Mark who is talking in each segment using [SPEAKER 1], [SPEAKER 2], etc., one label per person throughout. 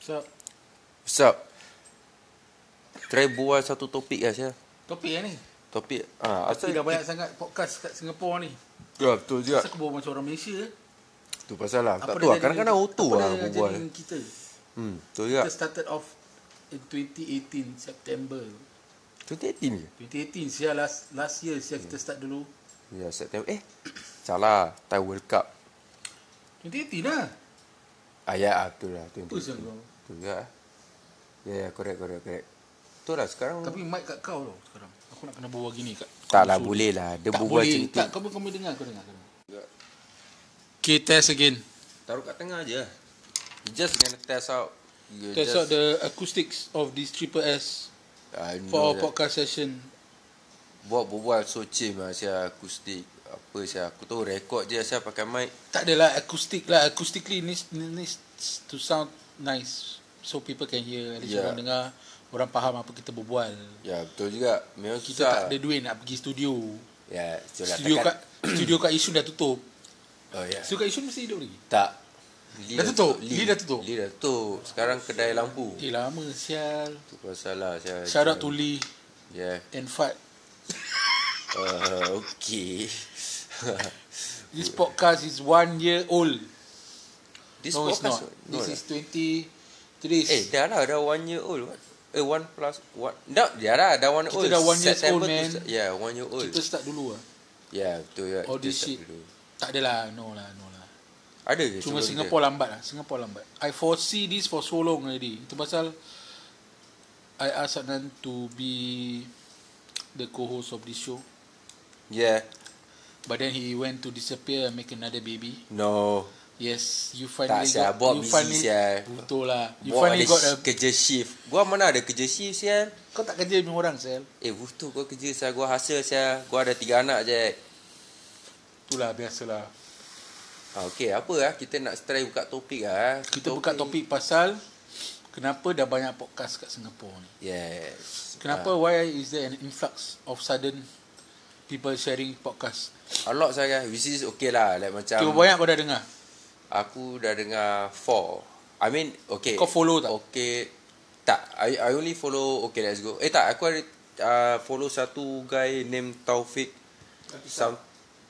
[SPEAKER 1] So,
[SPEAKER 2] What's up? Try buat satu topik lah Syah.
[SPEAKER 1] topik kan ni.
[SPEAKER 2] Topik. Ah,
[SPEAKER 1] Asal
[SPEAKER 2] asal
[SPEAKER 1] Tidak banyak sangat podcast kat Singapura ni.
[SPEAKER 2] Ya, betul juga.
[SPEAKER 1] Asal kau macam orang Malaysia. eh?
[SPEAKER 2] Tu pasal lah.
[SPEAKER 1] Apa
[SPEAKER 2] Tak
[SPEAKER 1] dah
[SPEAKER 2] tahu lah.
[SPEAKER 1] jadi-
[SPEAKER 2] Kadang-kadang auto lah
[SPEAKER 1] Apa dah jadi
[SPEAKER 2] berbual.
[SPEAKER 1] dengan kita?
[SPEAKER 2] Hmm, betul
[SPEAKER 1] Kita
[SPEAKER 2] juga.
[SPEAKER 1] started off in 2018 September.
[SPEAKER 2] 2018 ke?
[SPEAKER 1] 2018 sial last last year sial kita start dulu.
[SPEAKER 2] Ya, September. Eh, salah. Thai World Cup.
[SPEAKER 1] 2018 lah.
[SPEAKER 2] Ah, ya, ah, betul lah. 2018.
[SPEAKER 1] Apa sial kau?
[SPEAKER 2] Betul juga. ah. Ya, ya, correct, correct, correct. Betul lah sekarang.
[SPEAKER 1] Tapi mic kat kau tau sekarang. Aku nak kena bawa gini kat.
[SPEAKER 2] tak lah,
[SPEAKER 1] konsol.
[SPEAKER 2] boleh lah. Dia
[SPEAKER 1] Tak
[SPEAKER 2] berbual
[SPEAKER 1] boleh. Tak
[SPEAKER 2] cerita. Ya.
[SPEAKER 1] kau kau boleh dengar kau dengar. kau dengar. Okay, test again.
[SPEAKER 2] Taruh kat tengah je lah. You Just gonna test out. You
[SPEAKER 1] Test
[SPEAKER 2] just-
[SPEAKER 1] out the acoustics of this triple S
[SPEAKER 2] I
[SPEAKER 1] for
[SPEAKER 2] know
[SPEAKER 1] our
[SPEAKER 2] that.
[SPEAKER 1] podcast session.
[SPEAKER 2] Buat berbual so chim lah Saya akustik Apa saya Aku tahu rekod je Saya pakai mic
[SPEAKER 1] Tak adalah acoustic lah. Acoustically needs, needs to sound nice. So people can hear. At least
[SPEAKER 2] Yeah.
[SPEAKER 1] orang dengar. Orang faham apa kita berbual.
[SPEAKER 2] Ya betul juga Memang
[SPEAKER 1] Kita
[SPEAKER 2] susah
[SPEAKER 1] tak ada duit nak pergi studio.
[SPEAKER 2] Ya betul lah
[SPEAKER 1] Studio kat
[SPEAKER 2] takkan-
[SPEAKER 1] studio kat Isun dah tutup.
[SPEAKER 2] Oh ya
[SPEAKER 1] Studio kat Isun masih hidup lagi?
[SPEAKER 2] Tak Lee
[SPEAKER 1] Dah tutup? Lee dah tutup?
[SPEAKER 2] Lee dah tutup Sekarang kedai lampu
[SPEAKER 1] Eh lama sial.
[SPEAKER 2] Itu pasal lah saya
[SPEAKER 1] Shout out to Lee
[SPEAKER 2] Ya
[SPEAKER 1] and Fat.
[SPEAKER 2] uh, Okay
[SPEAKER 1] This podcast is one year old.
[SPEAKER 2] This
[SPEAKER 1] no, it's not.
[SPEAKER 2] podcast no,
[SPEAKER 1] This
[SPEAKER 2] lah.
[SPEAKER 1] is 20... Today's...
[SPEAKER 2] Eh dah lah Dah one year old what? Eh one plus one Dah dah lah Dah one
[SPEAKER 1] Kita
[SPEAKER 2] old
[SPEAKER 1] dah one years
[SPEAKER 2] September
[SPEAKER 1] old,
[SPEAKER 2] to
[SPEAKER 1] man.
[SPEAKER 2] se- Ya yeah, one year old
[SPEAKER 1] Kita start dulu lah.
[SPEAKER 2] Ya yeah, betul ya
[SPEAKER 1] All
[SPEAKER 2] Kita
[SPEAKER 1] this
[SPEAKER 2] start
[SPEAKER 1] shit.
[SPEAKER 2] dulu.
[SPEAKER 1] Tak adalah. No lah, no lah.
[SPEAKER 2] Ada ke
[SPEAKER 1] Cuma
[SPEAKER 2] sebelum
[SPEAKER 1] Singapore lambat lah. Singapore lambat. I foresee this for so long already. Itu pasal I asked Adnan to be the co-host of this show.
[SPEAKER 2] dia? Yeah
[SPEAKER 1] But then he went to disappear and make another baby.
[SPEAKER 2] No
[SPEAKER 1] Yes, you finally
[SPEAKER 2] sia,
[SPEAKER 1] got...
[SPEAKER 2] Bob
[SPEAKER 1] you
[SPEAKER 2] busy,
[SPEAKER 1] finally,
[SPEAKER 2] sia.
[SPEAKER 1] Betul lah. You
[SPEAKER 2] You Buat
[SPEAKER 1] finally
[SPEAKER 2] ada
[SPEAKER 1] got a...
[SPEAKER 2] sh- kerja shift Gua mana ada kerja shift sial
[SPEAKER 1] Kau tak kerja dengan orang, Sel.
[SPEAKER 2] Eh butuh gua kerja sial Gua hasil sial Gua ada tiga anak je
[SPEAKER 1] Itulah, biasalah.
[SPEAKER 2] ah, Okay apa lah Kita nak try buka topik lah ah.
[SPEAKER 1] Kita buka topik pasal kenapa dah banyak podcast kat Singapura ni.
[SPEAKER 2] Yes
[SPEAKER 1] Kenapa why is there an influx of sudden people sharing podcast?
[SPEAKER 2] ah, A lot saya Which is okay lah Like macam
[SPEAKER 1] Cuba banyak kau dah dengar.
[SPEAKER 2] Aku dah dengar Four I mean okay
[SPEAKER 1] Kau follow tak?
[SPEAKER 2] Okay Tak I, I only follow Okay let's go Eh tak aku ada uh, Follow satu guy Named Taufik Some,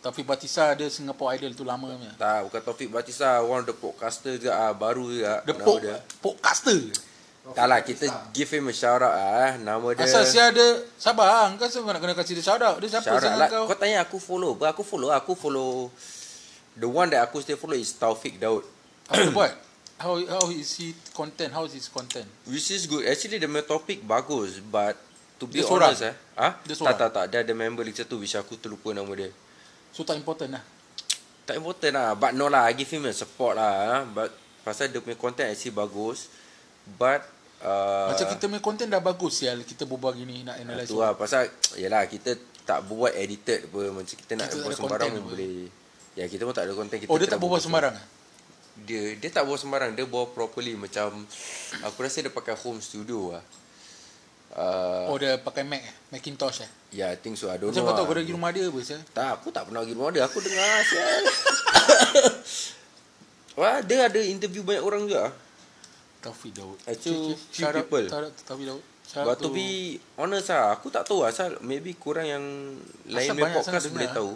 [SPEAKER 1] Taufik Batisa ada Singapore Idol tu lama punya.
[SPEAKER 2] Tak bukan Taufik Batista One of the podcaster juga ah, Baru juga
[SPEAKER 1] The
[SPEAKER 2] nama
[SPEAKER 1] pod,
[SPEAKER 2] dia.
[SPEAKER 1] podcaster.
[SPEAKER 2] Tak lah kita give him a shout out ah. Nama dia
[SPEAKER 1] Asal sia ada sabar hang kau sebab nak kena kasih dia shout out. Dia siapa
[SPEAKER 2] shout out
[SPEAKER 1] sangat
[SPEAKER 2] lah.
[SPEAKER 1] kau?
[SPEAKER 2] Kau tanya aku follow apa? Aku follow aku follow The one that aku still follow is Taufik Daud
[SPEAKER 1] Apa dia buat? How how is he content? How is his content?
[SPEAKER 2] Which is good Actually the main topic bagus But To be
[SPEAKER 1] Dia
[SPEAKER 2] honest
[SPEAKER 1] seorang?
[SPEAKER 2] eh ha?
[SPEAKER 1] Dia
[SPEAKER 2] Tak
[SPEAKER 1] seorang?
[SPEAKER 2] tak tak Dia ada member lecture tu Which aku terlupa nama dia
[SPEAKER 1] So tak important lah.
[SPEAKER 2] Tak important lah But no lah I give him a support lah ah. But Pasal dia punya content actually bagus But uh,
[SPEAKER 1] Macam kita punya content dah bagus sial kita berbual gini nak analyse.
[SPEAKER 2] Tu lah pasal Yelah kita tak buat edited apa Macam kita nak
[SPEAKER 1] Kita tak
[SPEAKER 2] buat
[SPEAKER 1] ada
[SPEAKER 2] sembarang
[SPEAKER 1] content
[SPEAKER 2] pun
[SPEAKER 1] apa.
[SPEAKER 2] boleh Ya kita pun tak ada konten kita
[SPEAKER 1] Oh dia tak
[SPEAKER 2] kena
[SPEAKER 1] berbual
[SPEAKER 2] sembarang.
[SPEAKER 1] sembarang. eh?
[SPEAKER 2] Dia dia tak buat sembarang Dia buat properly Macam Aku rasa dia pakai home studio lah uh,
[SPEAKER 1] Oh dia pakai Mac eh? Macintosh eh?
[SPEAKER 2] Ya yeah, I think so I don't
[SPEAKER 1] Macam kau
[SPEAKER 2] know
[SPEAKER 1] tahu
[SPEAKER 2] lah.
[SPEAKER 1] kau pergi rumah dia apa sial?
[SPEAKER 2] Tak aku tak pernah pergi rumah dia Aku dengar sial Wah dia ada interview banyak orang juga
[SPEAKER 1] Taufik Daud. Okay, okay.
[SPEAKER 2] Actually, few
[SPEAKER 1] Shout out-
[SPEAKER 2] Eh, people.
[SPEAKER 1] shout out to Taufik Daud. Shout out
[SPEAKER 2] But to be honest lah Aku tak tahu asal Maybe korang yang Lain
[SPEAKER 1] Asal
[SPEAKER 2] punya
[SPEAKER 1] banyak
[SPEAKER 2] podcast
[SPEAKER 1] sangat
[SPEAKER 2] boleh
[SPEAKER 1] dengar.
[SPEAKER 2] tahu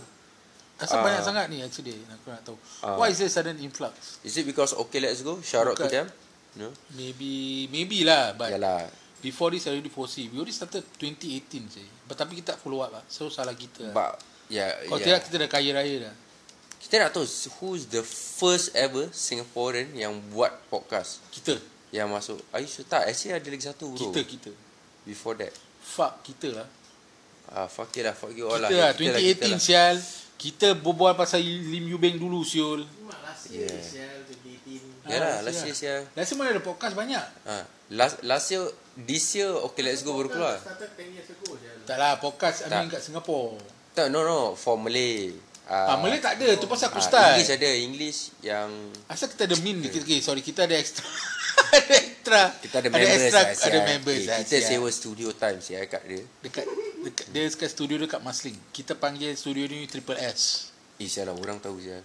[SPEAKER 1] Asal
[SPEAKER 2] ah.
[SPEAKER 1] banyak sangat ni actually aku nak tahu.
[SPEAKER 2] Ah.
[SPEAKER 1] Why is there sudden influx?
[SPEAKER 2] Is it because Okay let's go Shout out to
[SPEAKER 1] Bukan.
[SPEAKER 2] them No
[SPEAKER 1] Maybe maybe lah but
[SPEAKER 2] Yalah
[SPEAKER 1] before this I already foresee. We already started 2018 je. But tapi kita tak follow up lah. So salah kita. Lah.
[SPEAKER 2] But yeah,
[SPEAKER 1] Kalau
[SPEAKER 2] yeah.
[SPEAKER 1] tidak kita dah kaya raya dah.
[SPEAKER 2] ya, Kita nak tahu who's the first ever Singaporean yang buat podcast
[SPEAKER 1] Kita.
[SPEAKER 2] yang masuk. Are you sure? Tak, actually ada lagi satu bro.
[SPEAKER 1] Kita kita.
[SPEAKER 2] Before that.
[SPEAKER 1] Fuck kita lah.
[SPEAKER 2] Ah, fuck it lah, fuck you all
[SPEAKER 1] Kita lah
[SPEAKER 2] lah.
[SPEAKER 1] 2018 sial. Kita berbual pasal Lim Yubeng dulu siul.
[SPEAKER 3] Last
[SPEAKER 2] year,
[SPEAKER 3] year
[SPEAKER 2] Yeah.
[SPEAKER 3] yeah. 2018
[SPEAKER 2] Ya lah,
[SPEAKER 1] Ah,
[SPEAKER 2] last year
[SPEAKER 1] sial.
[SPEAKER 2] sial.
[SPEAKER 1] Last year mana ada podcast banyak?
[SPEAKER 2] Ah, last, last year, this year, okay let's go baru
[SPEAKER 1] lah.
[SPEAKER 2] keluar.
[SPEAKER 3] Started 10 years ago je
[SPEAKER 1] Tak lah, podcast I mean
[SPEAKER 2] Tak.
[SPEAKER 1] kat Singapore.
[SPEAKER 2] Tak, no, no, for Malay.
[SPEAKER 1] Ah,
[SPEAKER 2] ah,
[SPEAKER 1] Malay tak ada, tu pasal aku start.
[SPEAKER 2] English ada, English yang...
[SPEAKER 1] Asal kita ada min dikit lagi. Sorry, kita ada extra. ada extra.
[SPEAKER 2] Kita ada members
[SPEAKER 1] extra,
[SPEAKER 2] lah, sial.
[SPEAKER 1] ada members.
[SPEAKER 2] Eh,
[SPEAKER 1] lah,
[SPEAKER 2] Kita
[SPEAKER 1] sial.
[SPEAKER 2] sewa studio time sial kat dia.
[SPEAKER 1] dekat, dekat dia dekat studio dekat Masling. Kita panggil studio ni Triple S.
[SPEAKER 2] Eh, sial lah, orang tahu sial.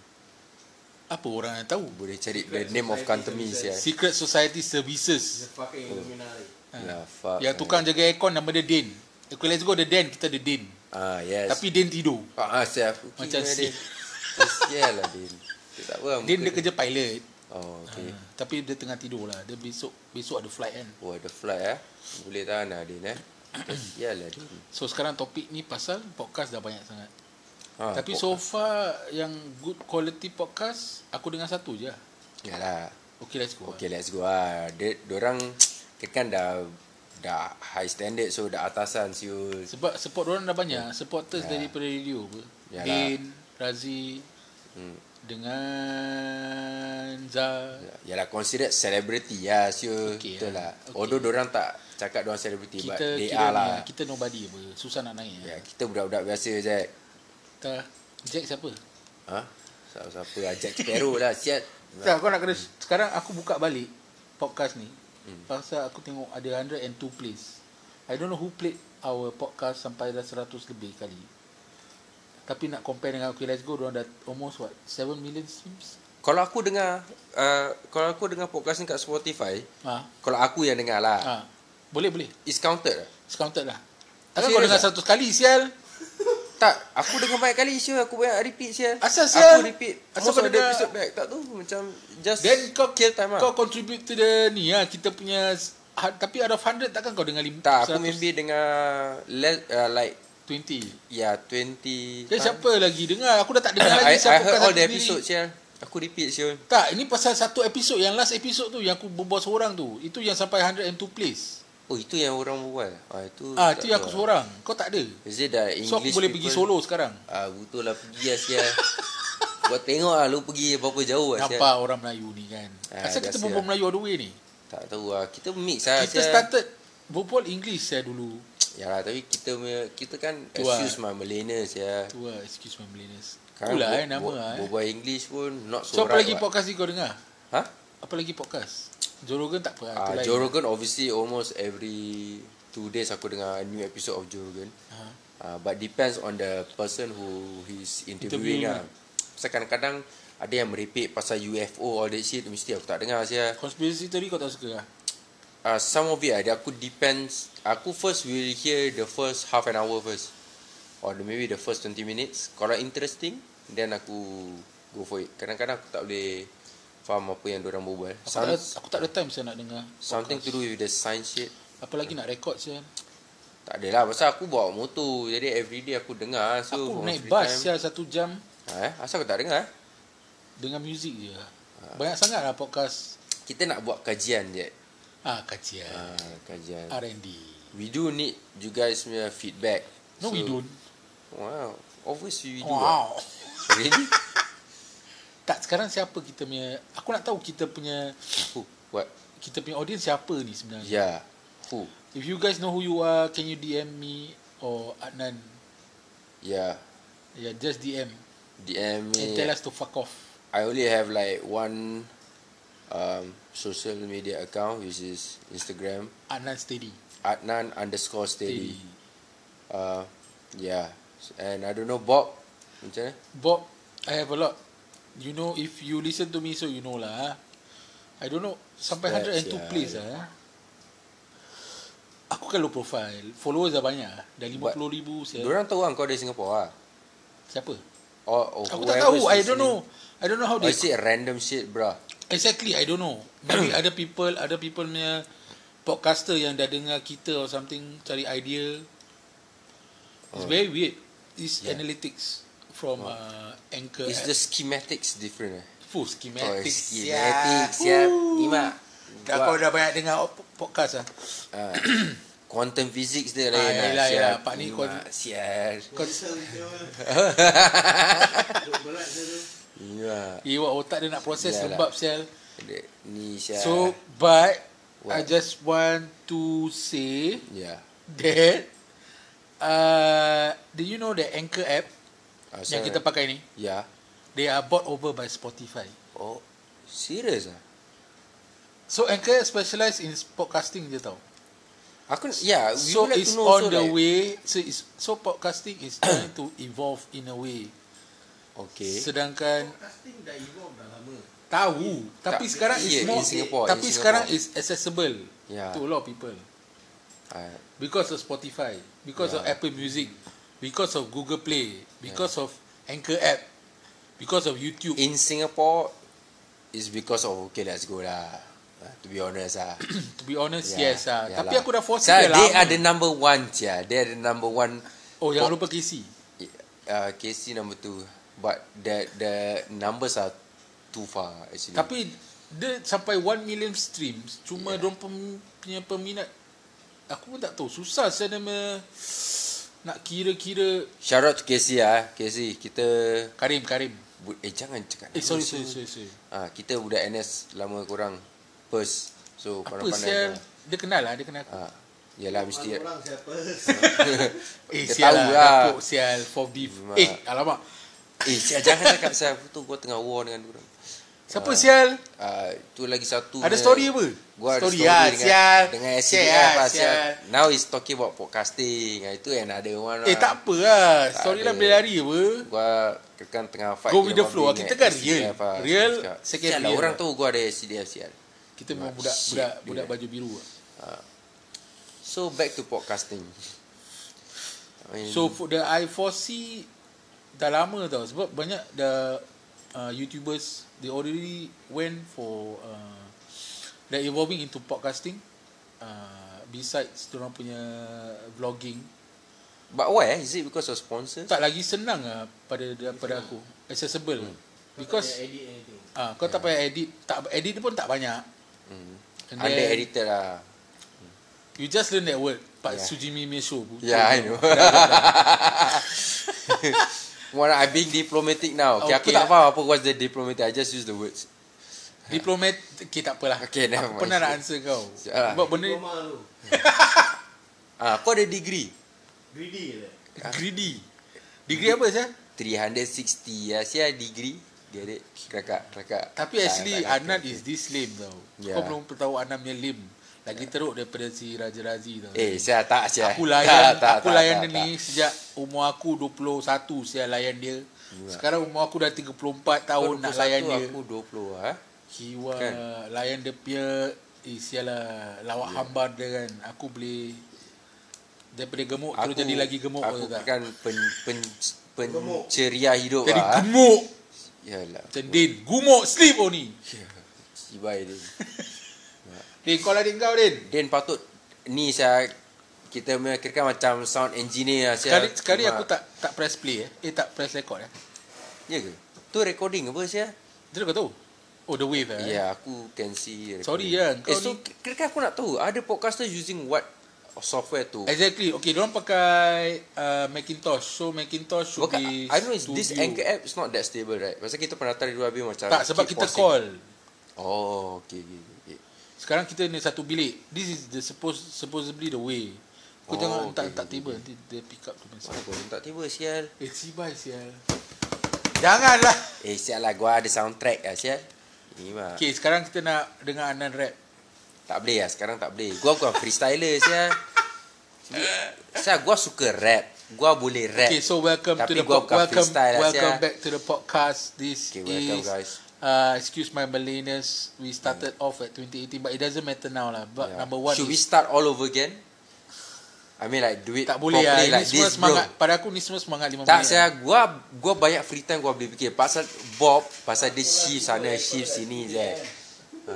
[SPEAKER 1] Apa orang yang tahu?
[SPEAKER 2] Boleh cari the name of company sial.
[SPEAKER 1] Secret Society Services.
[SPEAKER 3] Dia pakai Illuminati.
[SPEAKER 2] Lah fuck.
[SPEAKER 1] Ah. Yang tukang jaga aircon nama dia Din. Okay, let's go the Dan. Kita ada Din.
[SPEAKER 2] Ah yes.
[SPEAKER 1] Tapi Din tidur.
[SPEAKER 2] ah ah, sial. Aku
[SPEAKER 1] Macam
[SPEAKER 2] kira
[SPEAKER 1] si-
[SPEAKER 2] dia- Eh, Sial lah Din. Dia tak apa. lah
[SPEAKER 1] Din
[SPEAKER 2] muka
[SPEAKER 1] dia kerja pilot.
[SPEAKER 2] Oh okay.
[SPEAKER 1] Ha, tapi dia tengah tidur lah. Dia besok besok ada flight kan.
[SPEAKER 2] Oh ada flight eh. Boleh tahan lah Din eh. Sial lah Din.
[SPEAKER 1] So sekarang topik ni pasal podcast dah banyak sangat.
[SPEAKER 2] Ah,
[SPEAKER 1] tapi so far yang good quality podcast aku dengar satu je. lah.
[SPEAKER 2] Yalah.
[SPEAKER 1] Okay, let's go.
[SPEAKER 2] Okay let's go lah Dia orang Dia kan dah Dah high standard So dah atasan siul
[SPEAKER 1] Sebab support orang dah banyak. Supporters
[SPEAKER 2] Ya.
[SPEAKER 1] yeah. daripada radio apa.
[SPEAKER 2] Yalah.
[SPEAKER 1] Din, Razi
[SPEAKER 2] hmm.
[SPEAKER 1] dengan Zah.
[SPEAKER 2] Yalah considered celebrity lah siul
[SPEAKER 1] Okay
[SPEAKER 2] okay, Betul
[SPEAKER 1] lah.
[SPEAKER 2] lah
[SPEAKER 1] Okay.
[SPEAKER 2] okay. Although diorang tak Cakap diorang celebrity But
[SPEAKER 1] Kita
[SPEAKER 2] they
[SPEAKER 1] kira
[SPEAKER 2] are
[SPEAKER 1] ni,
[SPEAKER 2] lah
[SPEAKER 1] kita nobody apa. Susah nak naik.
[SPEAKER 2] Ya,
[SPEAKER 1] Yeah.
[SPEAKER 2] Kita budak-budak biasa je
[SPEAKER 1] Kita Jack siapa?
[SPEAKER 2] Ha? Siapa-siapa lah Jack Sparrow lah Siap
[SPEAKER 1] Tak, kau nak kena
[SPEAKER 2] Hmm.
[SPEAKER 1] sekarang aku buka balik podcast ni. Hmm. Pasal aku tengok ada 102 plays. I don't know who played our podcast sampai dah 100 lebih kali. Tapi nak compare dengan Okay Let's Go Diorang dah almost what 7 million streams
[SPEAKER 2] Kalau aku dengar uh, Kalau aku dengar podcast ni kat Spotify
[SPEAKER 1] ha.
[SPEAKER 2] Kalau aku yang dengar lah
[SPEAKER 1] ha. Boleh boleh
[SPEAKER 2] It's counted lah
[SPEAKER 1] Discounted lah Takkan
[SPEAKER 2] Serious
[SPEAKER 1] kau dengar
[SPEAKER 2] tak?
[SPEAKER 1] 100 kali sial
[SPEAKER 2] Tak, aku dengar banyak kali siul aku banyak repeat siul.
[SPEAKER 1] Asal, sial?
[SPEAKER 2] Aku repeat.
[SPEAKER 1] Asal
[SPEAKER 2] Asal
[SPEAKER 1] kau
[SPEAKER 2] Most of the
[SPEAKER 1] dengar-
[SPEAKER 2] episode back tak tahu macam just
[SPEAKER 1] Then kau
[SPEAKER 2] kill time
[SPEAKER 1] Kau
[SPEAKER 2] lah.
[SPEAKER 1] contribute to the ni lah Kita punya ha, Tapi out of 100 takkan kau dengar lim-
[SPEAKER 2] Tak, aku maybe dengar less, uh, like
[SPEAKER 1] 20
[SPEAKER 2] ya yeah, 20.
[SPEAKER 1] Then
[SPEAKER 2] time.
[SPEAKER 1] siapa lagi dengar Aku dah tak dengar
[SPEAKER 2] Ah. I,
[SPEAKER 1] lagi
[SPEAKER 2] I
[SPEAKER 1] siapa
[SPEAKER 2] heard
[SPEAKER 1] podcast
[SPEAKER 2] all the
[SPEAKER 1] sendiri.
[SPEAKER 2] episode siul. Aku repeat siul.
[SPEAKER 1] Tak, ini pasal satu episod yang last episod tu yang aku berbual seorang tu. Itu yang sampai 102 plays.
[SPEAKER 2] Oh, itu yang orang berbual. Ah, itu
[SPEAKER 1] Ah,
[SPEAKER 2] tak
[SPEAKER 1] itu yang aku
[SPEAKER 2] tahu lah.
[SPEAKER 1] seorang. Kau tak ada.
[SPEAKER 2] Is it that English
[SPEAKER 1] So aku boleh
[SPEAKER 2] people?
[SPEAKER 1] pergi solo sekarang.
[SPEAKER 2] Ah, betul lah pergi lah siul. Kau tengok lah lu pergi berapa jauh lah siul.
[SPEAKER 1] Nampak orang Melayu ni kan.
[SPEAKER 2] Ah,
[SPEAKER 1] Asal kita
[SPEAKER 2] biasa
[SPEAKER 1] berbual
[SPEAKER 2] lah.
[SPEAKER 1] Melayu all the way ni.
[SPEAKER 2] Tak tahu lah. Kita mix lah
[SPEAKER 1] Kita
[SPEAKER 2] siul.
[SPEAKER 1] started berbual English saya dulu.
[SPEAKER 2] Yalah, tapi kita punya- kita kan
[SPEAKER 1] Tu lah.
[SPEAKER 2] excuse my millennials ya.
[SPEAKER 1] Tu lah, excuse my Malaysians.
[SPEAKER 2] Sekarang
[SPEAKER 1] Itulah
[SPEAKER 2] bu-
[SPEAKER 1] eh nama
[SPEAKER 2] bu-
[SPEAKER 1] lah eh.
[SPEAKER 2] Berbual lah. English pun not so,
[SPEAKER 1] So apa
[SPEAKER 2] right
[SPEAKER 1] lagi
[SPEAKER 2] what.
[SPEAKER 1] podcast ni kau dengar?
[SPEAKER 2] Ha?
[SPEAKER 1] Apa lagi podcast? Joe Rogan tak apa.
[SPEAKER 2] Ah,
[SPEAKER 1] itu lain.
[SPEAKER 2] Joe Rogan obviously almost every two days aku dengar a new episode of Joe Rogan.
[SPEAKER 1] Ah.
[SPEAKER 2] Uh, but depends on the person who he's interviewing
[SPEAKER 1] Interviewing
[SPEAKER 2] lah. Pasal kadang-kadang ada yang merepek pasal UFO all that shit mesti aku tak dengar saya.
[SPEAKER 1] Conspiracy theory kau tak suka lah.
[SPEAKER 2] Uh, some of it ada aku depends aku first will hear the first half an hour first or the, maybe the first 20 minutes kalau interesting then aku go for it kadang-kadang aku tak boleh faham apa yang orang berbual
[SPEAKER 1] Aku,
[SPEAKER 2] some,
[SPEAKER 1] tak, aku tak ada time saya nak dengar.
[SPEAKER 2] something to
[SPEAKER 1] podcast.
[SPEAKER 2] do with the science shit
[SPEAKER 1] Apa lagi nak record saya?
[SPEAKER 2] tak adalah pasal aku bawa motor jadi everyday aku dengar so
[SPEAKER 1] Aku
[SPEAKER 2] for
[SPEAKER 1] naik
[SPEAKER 2] free
[SPEAKER 1] bas
[SPEAKER 2] time-
[SPEAKER 1] saya satu jam.
[SPEAKER 2] ha, eh? asal aku tak dengar eh?
[SPEAKER 1] Dengan muzik je
[SPEAKER 2] Ah.
[SPEAKER 1] Banyak sangat lah podcast
[SPEAKER 2] kita nak buat kajian je
[SPEAKER 1] Ah kajian
[SPEAKER 2] ha, kajian
[SPEAKER 1] R&D
[SPEAKER 2] we do need you guys punya feedback
[SPEAKER 1] No we don't
[SPEAKER 2] wow obviously we do
[SPEAKER 1] Wow
[SPEAKER 2] wow. really
[SPEAKER 1] Tak sekarang siapa kita punya Aku nak tahu kita punya
[SPEAKER 2] Who? What?
[SPEAKER 1] Kita punya audience siapa ni sebenarnya yeah.
[SPEAKER 2] Yeah. Who?
[SPEAKER 1] If you guys know who you are Can you DM me Or Adnan
[SPEAKER 2] Yeah.
[SPEAKER 1] Yeah just DM
[SPEAKER 2] DM
[SPEAKER 1] And
[SPEAKER 2] Ya. me.
[SPEAKER 1] tell us to fuck off
[SPEAKER 2] I only have like one um, social media account which is Instagram
[SPEAKER 1] Adnan steady
[SPEAKER 2] Adnan underscore steady.
[SPEAKER 1] Steady
[SPEAKER 2] Uh, yeah. And I don't know Bob. Macam mana?
[SPEAKER 1] Bob I have a lot You know if you listen to me So you know lah ah. I don't know Sampai 102
[SPEAKER 2] Stats, yeah.
[SPEAKER 1] plays lah ah. Aku kan low profile Followers dah banyak ah. Dah 50 ribu siapa?
[SPEAKER 2] Yeah. Diorang tahu kan kau dari Singapore lah. Or, or
[SPEAKER 1] Aku tak
[SPEAKER 2] whoever's
[SPEAKER 1] tahu I don't
[SPEAKER 2] listening.
[SPEAKER 1] know I don't know how
[SPEAKER 2] Or
[SPEAKER 1] they
[SPEAKER 2] is it random shit bruh?
[SPEAKER 1] Exactly I don't know Maybe ada people Ada people punya Podcaster yang dah dengar kita Or something Cari idea It's
[SPEAKER 2] Oh.
[SPEAKER 1] very weird It's
[SPEAKER 2] Yeah.
[SPEAKER 1] analytics From uh, Anchor
[SPEAKER 2] Is
[SPEAKER 1] app.
[SPEAKER 2] the schematics different eh?
[SPEAKER 1] Full schematics
[SPEAKER 2] Oh, schematics, yeah. Nyimak.
[SPEAKER 1] Dah kau dah banyak dengar op- podcast lah
[SPEAKER 2] Ah, quantum physics
[SPEAKER 1] Ah,
[SPEAKER 2] dia lain lah.
[SPEAKER 1] yelah,
[SPEAKER 2] sial.
[SPEAKER 1] yelah. Pak ni quantum-
[SPEAKER 2] Nyimak, Sial.
[SPEAKER 1] Kau
[SPEAKER 3] Kesel dia. Duduk berat dia tu.
[SPEAKER 2] Nyimak.
[SPEAKER 1] Iwak otak dia nak proses
[SPEAKER 2] Yalah.
[SPEAKER 1] lembab sel
[SPEAKER 2] Dia- Ni Syah.
[SPEAKER 1] So But I
[SPEAKER 2] What?
[SPEAKER 1] just want to say
[SPEAKER 2] yeah.
[SPEAKER 1] That uh, Do you know the Anchor app
[SPEAKER 2] Uh,
[SPEAKER 1] Yang kita pakai ni
[SPEAKER 2] Yeah.
[SPEAKER 1] They are bought over by Spotify
[SPEAKER 2] ya. Oh, serious ah.
[SPEAKER 1] So Anchor specialise in podcasting je tau
[SPEAKER 2] Aku yeah, we
[SPEAKER 1] So
[SPEAKER 2] would like
[SPEAKER 1] it's
[SPEAKER 2] to know
[SPEAKER 1] on
[SPEAKER 2] also,
[SPEAKER 1] the
[SPEAKER 2] like,
[SPEAKER 1] way So it's, so podcasting is trying to evolve in a way
[SPEAKER 2] Okay.
[SPEAKER 1] Sedangkan
[SPEAKER 3] Podcasting dah evolve dah lama.
[SPEAKER 1] tahu tapi
[SPEAKER 2] Tak,
[SPEAKER 1] sekarang
[SPEAKER 2] yeah,
[SPEAKER 1] is
[SPEAKER 2] in
[SPEAKER 1] more
[SPEAKER 2] Singapore,
[SPEAKER 1] tapi
[SPEAKER 2] in
[SPEAKER 1] sekarang
[SPEAKER 2] Singapore.
[SPEAKER 1] is
[SPEAKER 2] Ya.
[SPEAKER 1] accessible
[SPEAKER 2] Yeah.
[SPEAKER 1] to a lot of people
[SPEAKER 2] Uh,
[SPEAKER 1] because of Spotify, because of
[SPEAKER 2] Ya.
[SPEAKER 1] Apple Music, because of Google Play, because of Anchor app, because of YouTube.
[SPEAKER 2] in Singapore, is because of okay let's go lah. Uh, to be honest lah.
[SPEAKER 1] to be honest,
[SPEAKER 2] Yeah,
[SPEAKER 1] yes ah.
[SPEAKER 2] yeah
[SPEAKER 1] Tapi
[SPEAKER 2] lah.
[SPEAKER 1] aku dah foresee
[SPEAKER 2] Sia,
[SPEAKER 1] dah
[SPEAKER 2] They
[SPEAKER 1] lama.
[SPEAKER 2] are the number one sia. They are the number one.
[SPEAKER 1] oh, jangan lupa KC.
[SPEAKER 2] Uh, KC number two. But the the numbers are too far actually.
[SPEAKER 1] Tapi dia sampai 1 million streams cuma yeah.
[SPEAKER 2] Ya.
[SPEAKER 1] dia pem, punya peminat aku pun tak tahu susah saya nak me- nak kira-kira
[SPEAKER 2] Shout out to KC ah. KC kita
[SPEAKER 1] Karim Karim.
[SPEAKER 2] bu- eh jangan cakap.
[SPEAKER 1] Eh
[SPEAKER 2] nama
[SPEAKER 1] sorry
[SPEAKER 2] semua.
[SPEAKER 1] sorry sorry. sorry.
[SPEAKER 2] Ah, kita budak NS lama korang. Pers. So
[SPEAKER 1] Apa
[SPEAKER 2] pandai-pandai
[SPEAKER 1] sial
[SPEAKER 2] lah.
[SPEAKER 1] dia kenal lah dia kenal aku.
[SPEAKER 2] Ah. Yalah mesti
[SPEAKER 1] ya.
[SPEAKER 3] Malu orang siapa.
[SPEAKER 1] Eh
[SPEAKER 2] Dia
[SPEAKER 1] sial
[SPEAKER 2] tahu
[SPEAKER 1] lah,
[SPEAKER 2] lah.
[SPEAKER 1] Dapuk sial For beef
[SPEAKER 2] Mak.
[SPEAKER 1] Eh alamak
[SPEAKER 2] Eh sial, jangan cakap sial Aku tu gua tengah war dengan orang.
[SPEAKER 1] Siapa sial
[SPEAKER 2] Ah, tu lagi satu
[SPEAKER 1] Ada
[SPEAKER 2] je.
[SPEAKER 1] story apa
[SPEAKER 2] Gua
[SPEAKER 1] Story ah,
[SPEAKER 2] ada story dengan,
[SPEAKER 1] sial
[SPEAKER 2] Dengan
[SPEAKER 1] Sial,
[SPEAKER 2] SCDF lah sial
[SPEAKER 1] sial.
[SPEAKER 2] Now is talking about podcasting Ah, Itu another one
[SPEAKER 1] Eh
[SPEAKER 2] lah.
[SPEAKER 1] tak apa lah
[SPEAKER 2] Tak
[SPEAKER 1] Story
[SPEAKER 2] ada.
[SPEAKER 1] lah boleh lari apa
[SPEAKER 2] Gua kan tengah fight
[SPEAKER 1] Go
[SPEAKER 2] gila
[SPEAKER 1] with the
[SPEAKER 2] babi
[SPEAKER 1] flow lah.
[SPEAKER 2] dengan
[SPEAKER 1] Kita kan
[SPEAKER 2] SCDF
[SPEAKER 1] real.
[SPEAKER 2] lah. So,
[SPEAKER 1] Real,
[SPEAKER 2] cakap,
[SPEAKER 1] second
[SPEAKER 2] sial lah,
[SPEAKER 1] real
[SPEAKER 2] Orang
[SPEAKER 1] lah.
[SPEAKER 2] tahu gua ada SCDF sial
[SPEAKER 1] Kita memang
[SPEAKER 2] Mak,
[SPEAKER 1] budak
[SPEAKER 2] shit,
[SPEAKER 1] Budak
[SPEAKER 2] dia.
[SPEAKER 1] budak baju biru ah.
[SPEAKER 2] Ah. So back to podcasting I mean,
[SPEAKER 1] So for the I foresee dah lama tau sebab banyak the uh, YouTubers they already went for uh, they evolving into podcasting uh, besides diorang punya vlogging
[SPEAKER 2] But why eh? Is it because of sponsors?
[SPEAKER 1] tak lagi senang ah pada pada aku accessible hmm.
[SPEAKER 3] Tak
[SPEAKER 1] because
[SPEAKER 3] payah edit anything.
[SPEAKER 1] ah uh, kau
[SPEAKER 2] Ya.
[SPEAKER 1] tak payah edit tak edit pun tak banyak
[SPEAKER 2] Hmm.
[SPEAKER 1] And
[SPEAKER 2] Under
[SPEAKER 1] then-
[SPEAKER 2] editor lah
[SPEAKER 1] you just learn that word Pak
[SPEAKER 2] Yeah.
[SPEAKER 1] Sujimi Mesho pucuk.
[SPEAKER 2] Yeah, Ya. I know. Well, I'm being diplomatic now. Okay, aku
[SPEAKER 1] Okay.
[SPEAKER 2] tak faham apa was the diplomatic. I just use the words.
[SPEAKER 1] diplomat okay tak apalah
[SPEAKER 2] Okay, never
[SPEAKER 1] aku
[SPEAKER 2] mind.
[SPEAKER 1] pernah nak answer kau
[SPEAKER 2] Sialah.
[SPEAKER 1] sebab benda ni
[SPEAKER 3] Diploma tu.
[SPEAKER 2] Ah, kau ada degree.
[SPEAKER 3] Greedy je.
[SPEAKER 1] Greedy. Degree apa sah?
[SPEAKER 2] 360 ya. Sia degree. Dia ada kelakak, kelakak.
[SPEAKER 1] Tapi actually Anan is this lame tau.
[SPEAKER 2] Ya.
[SPEAKER 1] Kau belum tahu Anan punya lame. Lagi teruk daripada si Raja Razi tau.
[SPEAKER 2] Eh, sia tak sia.
[SPEAKER 1] Hmm. Aku layan aku layan dia ni sejak umur aku 21 saya layan dia.
[SPEAKER 2] Ya.
[SPEAKER 1] Sekarang umur aku dah 34 tahun
[SPEAKER 2] Kau
[SPEAKER 1] nak
[SPEAKER 2] 21,
[SPEAKER 1] layan dia.
[SPEAKER 2] Aku 20 ah.
[SPEAKER 1] Kiwa
[SPEAKER 2] Kan?
[SPEAKER 1] layan dia punya eh sialah lawak
[SPEAKER 2] Ya.
[SPEAKER 1] hambar dia kan. Aku boleh daripada gemuk terus jadi lagi gemuk
[SPEAKER 2] Aku
[SPEAKER 1] kau tahu tak?
[SPEAKER 2] kan pen, pen, pen,
[SPEAKER 3] Gemuk.
[SPEAKER 2] ceria hidup
[SPEAKER 1] Jadi
[SPEAKER 2] lah.
[SPEAKER 1] gemuk,
[SPEAKER 2] Yalah.
[SPEAKER 1] cendin, gumuk, sleep only.
[SPEAKER 2] Sibai dia.
[SPEAKER 1] Din, kau lah Din kau Din.
[SPEAKER 2] Din patut ni saya kita kira macam sound engineer lah saya.
[SPEAKER 1] Sekali sekali aku tak tak press play eh. Eh tak press record eh.
[SPEAKER 2] Ya ke? Tu recording apa saya?
[SPEAKER 1] Dia kau tahu. Oh the wave
[SPEAKER 2] Ya,
[SPEAKER 1] eh.
[SPEAKER 2] yeah, aku can see recording.
[SPEAKER 1] Sorry, Yan, kau
[SPEAKER 2] Eh, so
[SPEAKER 1] ni-
[SPEAKER 2] kira aku nak tahu ada podcaster using what software tu?
[SPEAKER 1] Exactly. Okay, diorang pakai uh, Macintosh. So Macintosh should
[SPEAKER 2] Bukan,
[SPEAKER 1] be
[SPEAKER 2] I know it's this
[SPEAKER 1] studio.
[SPEAKER 2] Anchor app is not that stable right? Pasal kita pernah tarik dua habis macam
[SPEAKER 1] Tak sebab
[SPEAKER 2] keep
[SPEAKER 1] kita
[SPEAKER 2] pausing.
[SPEAKER 1] call.
[SPEAKER 2] Oh, okay, okay, okay.
[SPEAKER 1] Sekarang kita ni satu bilik. This is the suppose supposedly the way. Kau
[SPEAKER 2] Oh,
[SPEAKER 1] tengok
[SPEAKER 2] okay,
[SPEAKER 1] tak tak
[SPEAKER 2] okay,
[SPEAKER 1] tiba nanti dia pick up tu
[SPEAKER 2] Mana
[SPEAKER 1] message.
[SPEAKER 2] kau tak tiba sial.
[SPEAKER 1] Eh cibai sial. Janganlah.
[SPEAKER 2] Eh, sial lah gua ada soundtrack lah sial. Ni mah.
[SPEAKER 1] Okay, sekarang kita nak dengar Anan rap.
[SPEAKER 2] Tak boleh lah Sekarang tak boleh Gua bukan freestyler Sia Sia gua suka rap Gua boleh rap
[SPEAKER 1] Okay, so welcome
[SPEAKER 2] Tapi
[SPEAKER 1] to the
[SPEAKER 2] gua
[SPEAKER 1] po-
[SPEAKER 2] bukan
[SPEAKER 1] welcome
[SPEAKER 2] freestyle lah,
[SPEAKER 1] welcome
[SPEAKER 2] Sia.
[SPEAKER 1] back to the podcast. This
[SPEAKER 2] Okay, welcome,
[SPEAKER 1] is
[SPEAKER 2] guys.
[SPEAKER 1] Uh, excuse my Malayness. We started off at 2018, but it doesn't matter now lah. But
[SPEAKER 2] Yeah.
[SPEAKER 1] number one,
[SPEAKER 2] Ya. Should we
[SPEAKER 1] is,
[SPEAKER 2] start all over again? I mean like do it
[SPEAKER 1] tak boleh lah.
[SPEAKER 2] properly
[SPEAKER 1] Ini
[SPEAKER 2] like
[SPEAKER 1] semua
[SPEAKER 2] this bro
[SPEAKER 1] semangat. Pada aku ni semua semangat lima
[SPEAKER 2] Tak
[SPEAKER 1] minit.
[SPEAKER 2] saya gua gua banyak free time gua boleh fikir pasal Bob pasal dia shift sana shift sini je. Ha.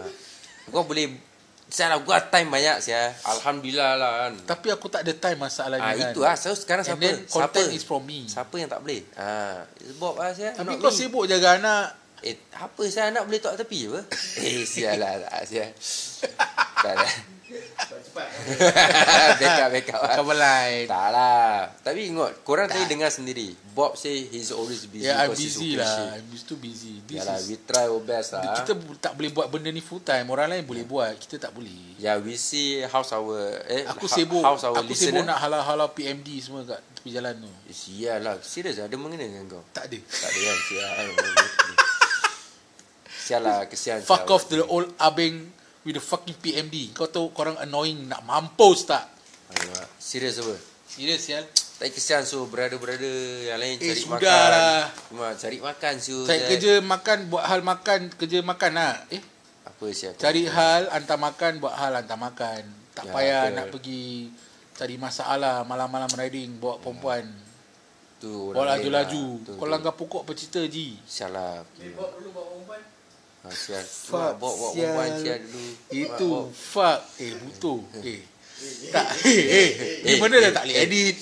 [SPEAKER 2] Gua boleh saya lah gua time banyak saya. Alhamdulillah lah kan.
[SPEAKER 1] Tapi aku tak ada time masalahnya.
[SPEAKER 2] Ah
[SPEAKER 1] kan.
[SPEAKER 2] itu ah so sekarang
[SPEAKER 1] And
[SPEAKER 2] siapa?
[SPEAKER 1] then
[SPEAKER 2] siapa?
[SPEAKER 1] content is from me.
[SPEAKER 2] Siapa yang tak boleh? Ah it's Bob ah saya.
[SPEAKER 1] Tapi
[SPEAKER 2] not
[SPEAKER 1] kau
[SPEAKER 2] me.
[SPEAKER 1] sibuk jaga anak.
[SPEAKER 2] Eh, apa saya anak boleh tak tepi apa? Eh, sial lah. tak, Sial. tak lah.
[SPEAKER 3] Cepat cepat.
[SPEAKER 2] back up, back up. lah.
[SPEAKER 1] Cover line.
[SPEAKER 2] Tak lah. Tapi ingat, korang tadi dengar sendiri. Bob say he's always busy.
[SPEAKER 1] Yeah, Ya, I'm
[SPEAKER 2] because he's
[SPEAKER 1] busy
[SPEAKER 2] working
[SPEAKER 1] lah.
[SPEAKER 2] shift.
[SPEAKER 1] I'm just too busy. This
[SPEAKER 2] Yalah, we
[SPEAKER 1] is,
[SPEAKER 2] try our best lah.
[SPEAKER 1] kita tak boleh buat benda ni full time. Orang lain
[SPEAKER 2] Ya.
[SPEAKER 1] boleh buat. Kita tak boleh.
[SPEAKER 2] Yeah, we see how's our eh
[SPEAKER 1] Aku
[SPEAKER 2] ho-
[SPEAKER 1] sibuk
[SPEAKER 2] how's our
[SPEAKER 1] Aku
[SPEAKER 2] listener.
[SPEAKER 1] sibuk nak halau-halau PMD semua kat tepi jalan tu
[SPEAKER 2] Sial lah. Serius ada mengena dengan kau?
[SPEAKER 1] Tak ada
[SPEAKER 2] Tak ada kan? Sial. Sial lah, kesian.
[SPEAKER 1] Fuck
[SPEAKER 2] sial.
[SPEAKER 1] off to the old abeng With the fucking PMD Kau tahu korang annoying Nak mampus tak
[SPEAKER 2] Alamak. Serius apa?
[SPEAKER 1] Serius sial
[SPEAKER 2] Tak kesian so brother-brother yang lain
[SPEAKER 1] Eh,
[SPEAKER 2] cari
[SPEAKER 1] sudah
[SPEAKER 2] makan.
[SPEAKER 1] lah.
[SPEAKER 2] Cuma cari makan so.
[SPEAKER 1] Saya kerja makan buat hal makan, kerja makan lah. Eh,
[SPEAKER 2] Apa siapa?
[SPEAKER 1] cari hal hantar makan, buat hal hantar makan. Tak
[SPEAKER 2] Ya,
[SPEAKER 1] payah
[SPEAKER 2] betul.
[SPEAKER 1] nak pergi cari masalah malam-malam riding
[SPEAKER 2] Ya.
[SPEAKER 1] bawa perempuan.
[SPEAKER 2] tu
[SPEAKER 1] Bawa
[SPEAKER 2] lain
[SPEAKER 1] laju-laju.
[SPEAKER 2] lah. Tu,
[SPEAKER 1] Kau
[SPEAKER 2] tu.
[SPEAKER 1] langgar pokok bercerita je.
[SPEAKER 2] Sial lah.
[SPEAKER 3] Bawa perlu bawa perempuan.
[SPEAKER 2] Ha, sial.
[SPEAKER 1] Fuck,
[SPEAKER 2] Fuck, bawa bawa perempuan
[SPEAKER 1] sial.
[SPEAKER 2] sial dulu.
[SPEAKER 1] Itu
[SPEAKER 2] Bawa-
[SPEAKER 1] fuck. Eh, butuh. Eh. tak, eh, eh. Ni
[SPEAKER 2] eh,
[SPEAKER 1] benda dah
[SPEAKER 2] eh,
[SPEAKER 1] tak boleh
[SPEAKER 2] eh.
[SPEAKER 1] edit.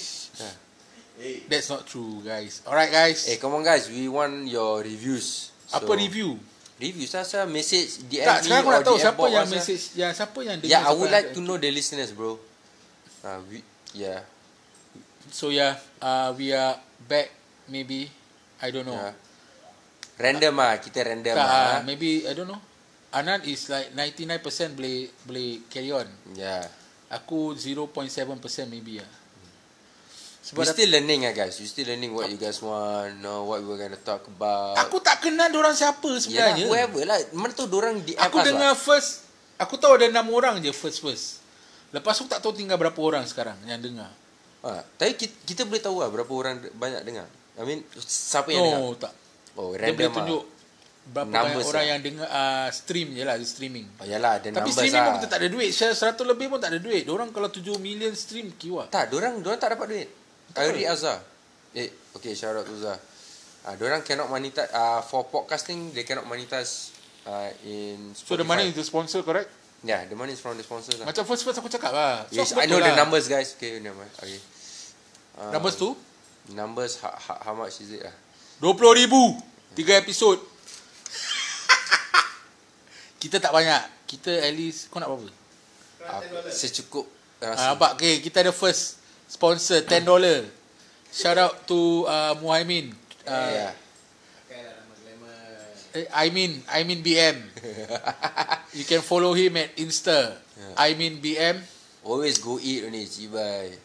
[SPEAKER 3] Eh,
[SPEAKER 1] That's not true, guys. Alright, guys.
[SPEAKER 2] Eh, come on guys, we want your reviews.
[SPEAKER 1] Apa review?
[SPEAKER 2] Review sasa message DM
[SPEAKER 1] Tak,
[SPEAKER 2] me
[SPEAKER 1] sekarang aku nak
[SPEAKER 2] or
[SPEAKER 1] tahu
[SPEAKER 2] DM
[SPEAKER 1] siapa
[SPEAKER 2] bot
[SPEAKER 1] yang
[SPEAKER 2] us lah.
[SPEAKER 1] message, yang siapa yang dengar.
[SPEAKER 2] Yeah, Ya, I
[SPEAKER 1] siapa
[SPEAKER 2] would
[SPEAKER 1] yang
[SPEAKER 2] like
[SPEAKER 1] tak-
[SPEAKER 2] to know the listeners, bro. Uh, we, yeah,
[SPEAKER 1] So yeah, uh, we are back maybe. I don't know.
[SPEAKER 2] yeah. ya. Random ah, kita random
[SPEAKER 1] Oh. tak,
[SPEAKER 2] ah.
[SPEAKER 1] uh, maybe I don't know. Anan is like 99% boleh boleh carry on.
[SPEAKER 2] Yeah.
[SPEAKER 1] Aku 0.7% maybe ah. Sebab
[SPEAKER 2] we still learning ah guys. We still learning what you guys want, know what we were gonna talk about.
[SPEAKER 1] aku tak kenal orang siapa
[SPEAKER 2] Yelah,
[SPEAKER 1] sebenarnya.
[SPEAKER 2] whoever lah. Mana tu dorang DM
[SPEAKER 1] aku
[SPEAKER 2] us
[SPEAKER 1] dengar
[SPEAKER 2] Lah.
[SPEAKER 1] first aku tahu ada 6 orang je first first. Lepas tu tak tahu tinggal berapa orang sekarang yang dengar.
[SPEAKER 2] Ha, tapi kita, kita boleh tahu lah berapa orang de- banyak dengar. I mean, siapa yang dengar?
[SPEAKER 1] No, tak.
[SPEAKER 2] Oh,
[SPEAKER 1] Dia
[SPEAKER 2] random
[SPEAKER 1] boleh tunjuk berapa banyak
[SPEAKER 2] Numbers
[SPEAKER 1] orang
[SPEAKER 2] lah.
[SPEAKER 1] yang dengar uh, stream je lah streaming.
[SPEAKER 2] Ah. Oh, yalah, ada
[SPEAKER 1] Tapi
[SPEAKER 2] numbers
[SPEAKER 1] streaming
[SPEAKER 2] lah.
[SPEAKER 1] pun kita tak ada duit. Share 100 lebih pun tak ada duit. Orang kalau 7 million stream kiwa.
[SPEAKER 2] Tak, dorang dorang tak dapat duit. Ari
[SPEAKER 1] Hmm.
[SPEAKER 2] Azza. Eh, okay, shout out to Azza. Ah, dorang cannot monetize uh, for podcasting they cannot monetize uh, in Spotify.
[SPEAKER 1] So the money is the sponsor correct?
[SPEAKER 2] Yeah, the money is from the sponsors lah.
[SPEAKER 1] Macam first first aku cakap lah. So
[SPEAKER 2] yes,
[SPEAKER 1] aku
[SPEAKER 2] I know
[SPEAKER 1] betul
[SPEAKER 2] the
[SPEAKER 1] lah.
[SPEAKER 2] numbers guys. Okay, never mind. Okay. Uh,
[SPEAKER 1] Numbers tu
[SPEAKER 2] Numbers how, how, how much is it lah?
[SPEAKER 1] 20,000 3 episod. kita tak banyak. Kita at least kau nak berapa?
[SPEAKER 2] Uh, secukup
[SPEAKER 1] Ah,
[SPEAKER 2] rasa.
[SPEAKER 1] nampak okay, kita ada first sponsor $10. Shout out to uh, Muhaimin. Uh,
[SPEAKER 2] yeah.
[SPEAKER 3] Pakai lah nama glamour.
[SPEAKER 1] eh, I mean, I mean BM. you can follow him at Insta.
[SPEAKER 2] Yeah.
[SPEAKER 1] I mean BM.
[SPEAKER 2] Always go eat only, cibai.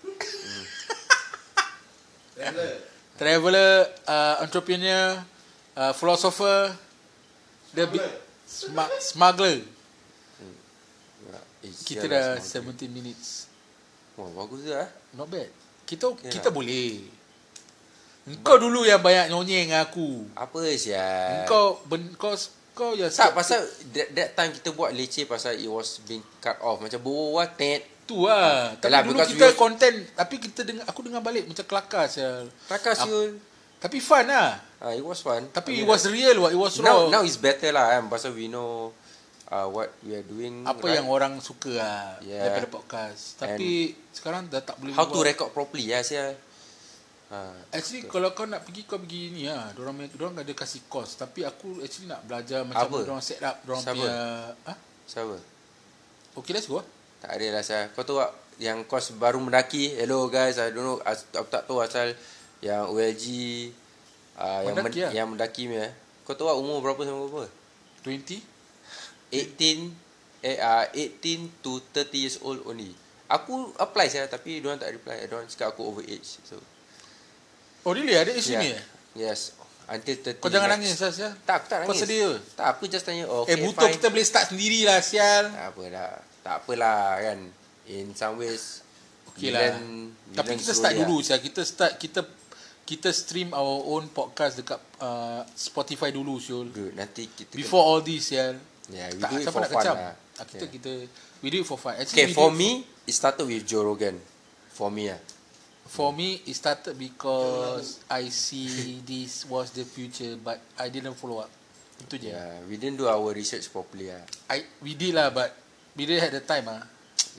[SPEAKER 3] Traveller.
[SPEAKER 1] traveler, uh, entrepreneur, uh, philosopher, the bi-
[SPEAKER 3] Traveller.
[SPEAKER 1] sma- smuggler.
[SPEAKER 2] Yeah. Eh,
[SPEAKER 1] Kita
[SPEAKER 2] sial
[SPEAKER 1] dah
[SPEAKER 2] lah, semua.
[SPEAKER 1] 17 minutes.
[SPEAKER 2] Wah, bagus tu lah.
[SPEAKER 1] Not bad. Kita
[SPEAKER 2] Yeah.
[SPEAKER 1] kita boleh. Engkau dulu yang banyak nyonyeng dengan aku.
[SPEAKER 2] Apa sial?
[SPEAKER 1] Engkau ben, kau kau ya
[SPEAKER 2] Eh. Tak pasal that, that time kita buat leceh pasal it was being cut off macam berwah tet
[SPEAKER 1] tu lah. Tapi
[SPEAKER 2] Yalah,
[SPEAKER 1] dulu
[SPEAKER 2] because
[SPEAKER 1] kita
[SPEAKER 2] we-
[SPEAKER 1] content tapi kita dengar aku dengar balik macam kelakar sial.
[SPEAKER 2] takkan
[SPEAKER 1] Ap-
[SPEAKER 2] siul.
[SPEAKER 1] Tapi fun lah.
[SPEAKER 2] Ah it was fun.
[SPEAKER 1] Tapi
[SPEAKER 2] I
[SPEAKER 1] it
[SPEAKER 2] mean,
[SPEAKER 1] was real what it was
[SPEAKER 2] now
[SPEAKER 1] raw.
[SPEAKER 2] now is better lah kan pasal we know uh, what we are doing.
[SPEAKER 1] apa yang orang suka lah
[SPEAKER 2] Yeah.
[SPEAKER 1] daripada podcast. Tapi sekarang dah tak boleh
[SPEAKER 2] how to
[SPEAKER 1] buat.
[SPEAKER 2] record properly ya sia. Ah
[SPEAKER 1] Actually kalau kau nak pergi kau pergi ni ah. Diorang punya- diorang ada kasih course tapi aku actually nak belajar macam
[SPEAKER 2] Apa?
[SPEAKER 1] mana diorang set up diorang
[SPEAKER 2] Siapa?
[SPEAKER 1] punya ah.
[SPEAKER 2] siapa?
[SPEAKER 1] Okay let's go. ah.
[SPEAKER 2] Tak ada lah sia. Kau tahu tak yang kos baru mendaki. Hello guys, I don't know as- aku tak tahu asal yang OLG uh, yang
[SPEAKER 1] Mendaki
[SPEAKER 2] men-
[SPEAKER 1] lah.
[SPEAKER 2] yang mendaki punya. Kau tahu tak umur berapa sama berapa?
[SPEAKER 1] 20
[SPEAKER 2] 18 eh uh, 18 to 30 years old only. Aku apply saya tapi dia tak reply. Dia cakap aku over age. So
[SPEAKER 1] Oh really ada issue ni
[SPEAKER 2] Ya.
[SPEAKER 1] eh?
[SPEAKER 2] Yes. Until 30.
[SPEAKER 1] Kau jangan
[SPEAKER 2] next.
[SPEAKER 1] nangis lah Sial.
[SPEAKER 2] Tak, aku tak
[SPEAKER 1] Kau
[SPEAKER 2] nangis.
[SPEAKER 1] sedih ke?
[SPEAKER 2] Tak, aku just tanya, oh,
[SPEAKER 1] eh
[SPEAKER 2] okay,
[SPEAKER 1] butuh
[SPEAKER 2] fine.
[SPEAKER 1] kita boleh start sendiri lah Sial.
[SPEAKER 2] Tak apalah. Tak apalah kan. In some ways
[SPEAKER 1] Okay
[SPEAKER 2] we
[SPEAKER 1] lah.
[SPEAKER 2] learn- we
[SPEAKER 1] Tapi
[SPEAKER 2] learn
[SPEAKER 1] kita
[SPEAKER 2] slowly
[SPEAKER 1] start
[SPEAKER 2] lah.
[SPEAKER 1] dulu Sial. Kita start kita kita stream our own podcast dekat uh, Spotify dulu Sial.
[SPEAKER 2] Good. Nanti kita
[SPEAKER 1] Before all this Sial.
[SPEAKER 2] Yeah, we
[SPEAKER 1] tak
[SPEAKER 2] do it
[SPEAKER 1] siapa
[SPEAKER 2] for
[SPEAKER 1] nak
[SPEAKER 2] fun
[SPEAKER 1] kecam.
[SPEAKER 2] lah.
[SPEAKER 1] Ah, Kita
[SPEAKER 2] Yeah.
[SPEAKER 1] kita we do it for fun. Actually,
[SPEAKER 2] Okay,
[SPEAKER 1] we do
[SPEAKER 2] for
[SPEAKER 1] it
[SPEAKER 2] me, it started with Joe Rogan. For me lah.
[SPEAKER 1] For me, it started because I see this was the future, but I didn't follow up. Itu je. Yeah.
[SPEAKER 2] Yeah, we didn't do our research properly lah.
[SPEAKER 1] I we did lah, but we didn't have the time ah.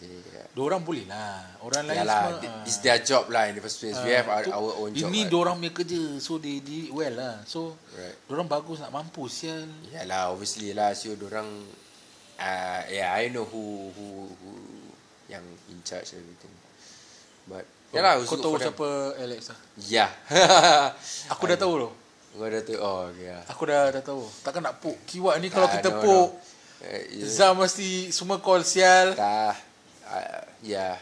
[SPEAKER 2] Yeah.
[SPEAKER 1] Diorang boleh lah. Orang lain
[SPEAKER 2] Yalah,
[SPEAKER 1] semua.
[SPEAKER 2] th-
[SPEAKER 1] ah,
[SPEAKER 2] it's their job lah in the first place.
[SPEAKER 1] ah,
[SPEAKER 2] we have our,
[SPEAKER 1] tu-
[SPEAKER 2] our own job.
[SPEAKER 1] Ini
[SPEAKER 2] right?
[SPEAKER 1] diorang punya kerja, so they did it well lah. So
[SPEAKER 2] Right.
[SPEAKER 1] diorang bagus nak mampus sial.
[SPEAKER 2] Yalah, obviously lah. So, dorang... Uh, yeah, I know who who who yang in charge everything. But, yalah, it was
[SPEAKER 1] Oh, kau
[SPEAKER 2] Ya lah,
[SPEAKER 1] tahu
[SPEAKER 2] good for them.
[SPEAKER 1] siapa Alex lah.
[SPEAKER 2] Yeah.
[SPEAKER 1] Aku dah tahu loh.
[SPEAKER 2] Kau dah tahu. Oh, okay lah.
[SPEAKER 1] Aku dah dah tahu. Takkan nak puk. Kiwak ni kalau
[SPEAKER 2] Ah,
[SPEAKER 1] kita
[SPEAKER 2] no, no.
[SPEAKER 1] puk,
[SPEAKER 2] Uh, yeah.
[SPEAKER 1] Zah mesti semua call sial.
[SPEAKER 2] Dah. Uh, yeah.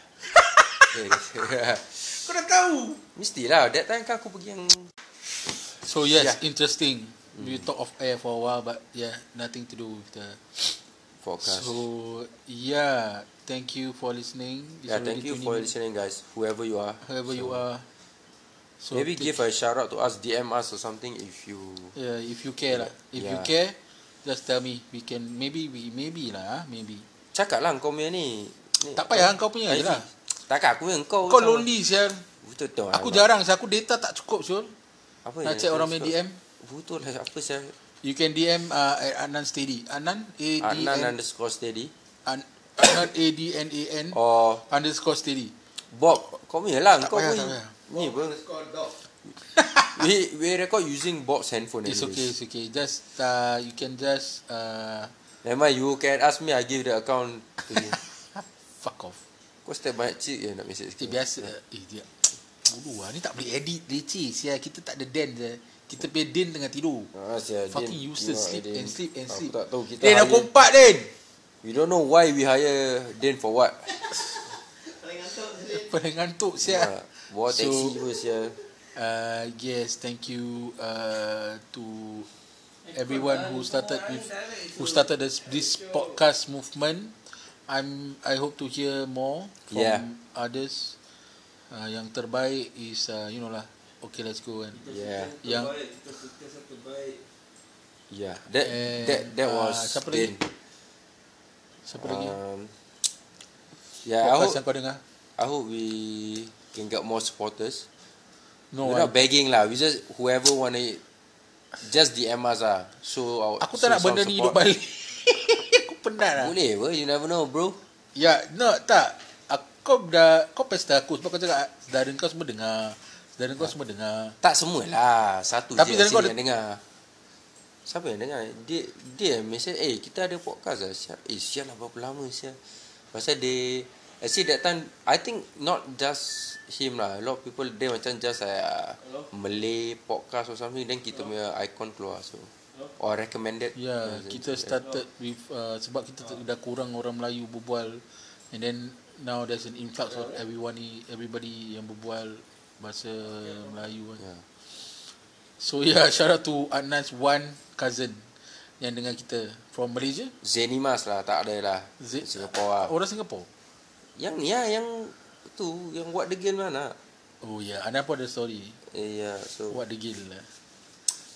[SPEAKER 1] Kau dah tahu.
[SPEAKER 2] Mestilah. That time kan aku pergi yang...
[SPEAKER 1] So yes,
[SPEAKER 2] Yeah. Hmm.
[SPEAKER 1] interesting. We talk of air for a while, but yeah, nothing to do with the.
[SPEAKER 2] Forecast.
[SPEAKER 1] So yeah, thank you for listening. It's
[SPEAKER 2] yeah, thank
[SPEAKER 1] already
[SPEAKER 2] you
[SPEAKER 1] 20
[SPEAKER 2] for
[SPEAKER 1] minutes.
[SPEAKER 2] listening guys. Whoever you are.
[SPEAKER 1] Whoever you are, So
[SPEAKER 2] Maybe
[SPEAKER 1] take-
[SPEAKER 2] give a shout out to us, DM us or something if you.
[SPEAKER 1] Yeah, if you care lah. If you
[SPEAKER 2] Yeah.
[SPEAKER 1] care, just tell me. We can maybe we maybe lah, ah, maybe.
[SPEAKER 2] Cakap lah kau punya ni. ni
[SPEAKER 1] Tak payah kau punya je
[SPEAKER 2] Aizi.
[SPEAKER 1] lah.
[SPEAKER 2] Takkan aku punya eh, kau.
[SPEAKER 1] Kau
[SPEAKER 2] sama.
[SPEAKER 1] lonely sial.
[SPEAKER 2] Betul tu.
[SPEAKER 1] Aku
[SPEAKER 2] alamak.
[SPEAKER 1] jarang sial. Aku data tak cukup sial.
[SPEAKER 2] Apa
[SPEAKER 1] Nak
[SPEAKER 2] yang
[SPEAKER 1] check
[SPEAKER 2] kau
[SPEAKER 1] orang punya
[SPEAKER 2] cakap?
[SPEAKER 1] DM.
[SPEAKER 2] Oh, ya, Betul lah apa saya.
[SPEAKER 1] You can DM uh, at Adnan Steady. Adnan A D
[SPEAKER 2] Adnan
[SPEAKER 1] N
[SPEAKER 2] underscore steady.
[SPEAKER 1] An- Adnan A D N A N
[SPEAKER 2] Or
[SPEAKER 1] underscore Steady.
[SPEAKER 2] Bob. Kau punya lah.
[SPEAKER 1] Tak
[SPEAKER 2] Kau
[SPEAKER 1] payah,
[SPEAKER 2] punya.
[SPEAKER 1] tak payah.
[SPEAKER 2] Ni pun.
[SPEAKER 3] Underscore dog.
[SPEAKER 2] We, we record using Bob's handphone.
[SPEAKER 1] It's okay,
[SPEAKER 2] anyways.
[SPEAKER 1] it's okay. Just uh, you can just uh,
[SPEAKER 2] Never mind, you can ask me. I give the account to you.
[SPEAKER 1] fuck off.
[SPEAKER 2] Kau step banyak cik je nak message
[SPEAKER 1] Eh biasa Eh dia Bodoh lah Ni tak boleh edit Leceh sial Kita tak ada Dan je Kita punya Dan tengah tidur
[SPEAKER 2] Ah, siya,
[SPEAKER 1] Fucking useless Sleep and sleep and sleep
[SPEAKER 2] Aku tak tahu kita
[SPEAKER 1] Dan dah
[SPEAKER 2] hire,
[SPEAKER 1] kompak Dan
[SPEAKER 2] We don't know why we hire Dan for what
[SPEAKER 3] Paling ngantuk sendiri.
[SPEAKER 1] Paling ngantuk sial
[SPEAKER 2] yeah. Bawa
[SPEAKER 1] So-
[SPEAKER 2] taxi pun siya
[SPEAKER 1] uh, Yes thank you uh, To Everyone who started with Who started this, this podcast movement I'm I hope to hear more From
[SPEAKER 2] Yeah.
[SPEAKER 1] others uh, Yang terbaik is uh, You know lah Okay let's go and
[SPEAKER 2] Yeah.
[SPEAKER 1] Yang-
[SPEAKER 3] Kita suka satu baik.
[SPEAKER 2] Yeah That
[SPEAKER 1] And,
[SPEAKER 2] that, that
[SPEAKER 1] ah,
[SPEAKER 2] was
[SPEAKER 1] siapa
[SPEAKER 2] Dan
[SPEAKER 1] lagi? Siapa lagi
[SPEAKER 2] um, Yeah I
[SPEAKER 1] Podcast
[SPEAKER 2] hope,
[SPEAKER 1] yang kau dengar
[SPEAKER 2] I hope we Can get more supporters
[SPEAKER 1] No,
[SPEAKER 2] We're
[SPEAKER 1] I,
[SPEAKER 2] not begging lah We just Whoever wanna Just DM us lah So our,
[SPEAKER 1] aku tak nak benda ni hidup balik. aku penat lah.
[SPEAKER 2] Boleh apa You never know bro
[SPEAKER 1] Ya, no, tak. Aku, kau dah, kau pesta aku sebab kau cakap ah, saudara kau semua dengar. Saudara kau semua dengar.
[SPEAKER 2] Tak semua lah Satu
[SPEAKER 1] Tapi
[SPEAKER 2] Tapi je
[SPEAKER 1] dari kau
[SPEAKER 2] sini yang dengar Siapa yang dengar Dia Dia message Eh kita ada podcast lah siap. Eh siap lah berapa lama siap Pasal dia Actually that time I think not just Him lah A lot of people Dia macam just uh,
[SPEAKER 3] Hello?
[SPEAKER 2] Malay podcast or something Then kita punya icon keluar so Or recommended
[SPEAKER 1] Ya, yeah,
[SPEAKER 2] then-
[SPEAKER 1] kita started with uh, sebab kita tak- dah kurang orang Melayu berbual and then now there's an influx of everyone ni, everybody yang berbual bahasa Melayu kan.
[SPEAKER 2] yeah.
[SPEAKER 1] So yeah, shout out to Adnan's one cousin yang dengar kita from Malaysia,
[SPEAKER 2] Zenimas lah Tak ada lah
[SPEAKER 1] Z-
[SPEAKER 2] Singapore lah
[SPEAKER 1] orang Singapore.
[SPEAKER 2] Yang ni lah Yang tu Yang what the game lah nak
[SPEAKER 1] Oh ya, yeah. Adnan pun ada story.
[SPEAKER 2] Eh, yeah, so
[SPEAKER 1] What the gil lah.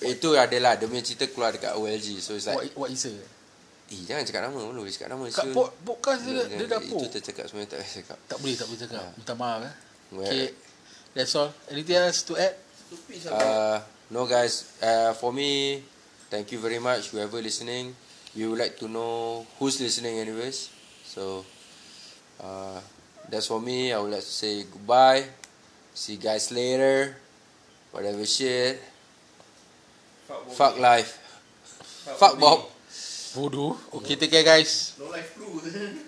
[SPEAKER 2] Itu adalah Dia punya cerita keluar dekat OLG So it's like
[SPEAKER 1] What, what is it?
[SPEAKER 2] Eh jangan cakap nama Malu cakap nama
[SPEAKER 1] Oh, Kat
[SPEAKER 2] siul.
[SPEAKER 1] po- podcast dia,
[SPEAKER 2] Jangan-
[SPEAKER 1] dia dah
[SPEAKER 2] Itu
[SPEAKER 1] po.
[SPEAKER 2] tercakap Sebenarnya tak payah cakap
[SPEAKER 1] Tak boleh, tak boleh cakap.
[SPEAKER 2] Ah.
[SPEAKER 1] Minta maaf eh.
[SPEAKER 2] Well,
[SPEAKER 1] Okay, that's all. Anything else to add?
[SPEAKER 3] Stupid
[SPEAKER 2] uh, No guys uh, For me Thank you very much Whoever listening We would like to know Who's listening anyways So uh, That's for me I would like to say goodbye See you guys later Whatever shit Fuck life Fuck Bob
[SPEAKER 1] Bodoh. Okay, take care guys.
[SPEAKER 3] No life crew.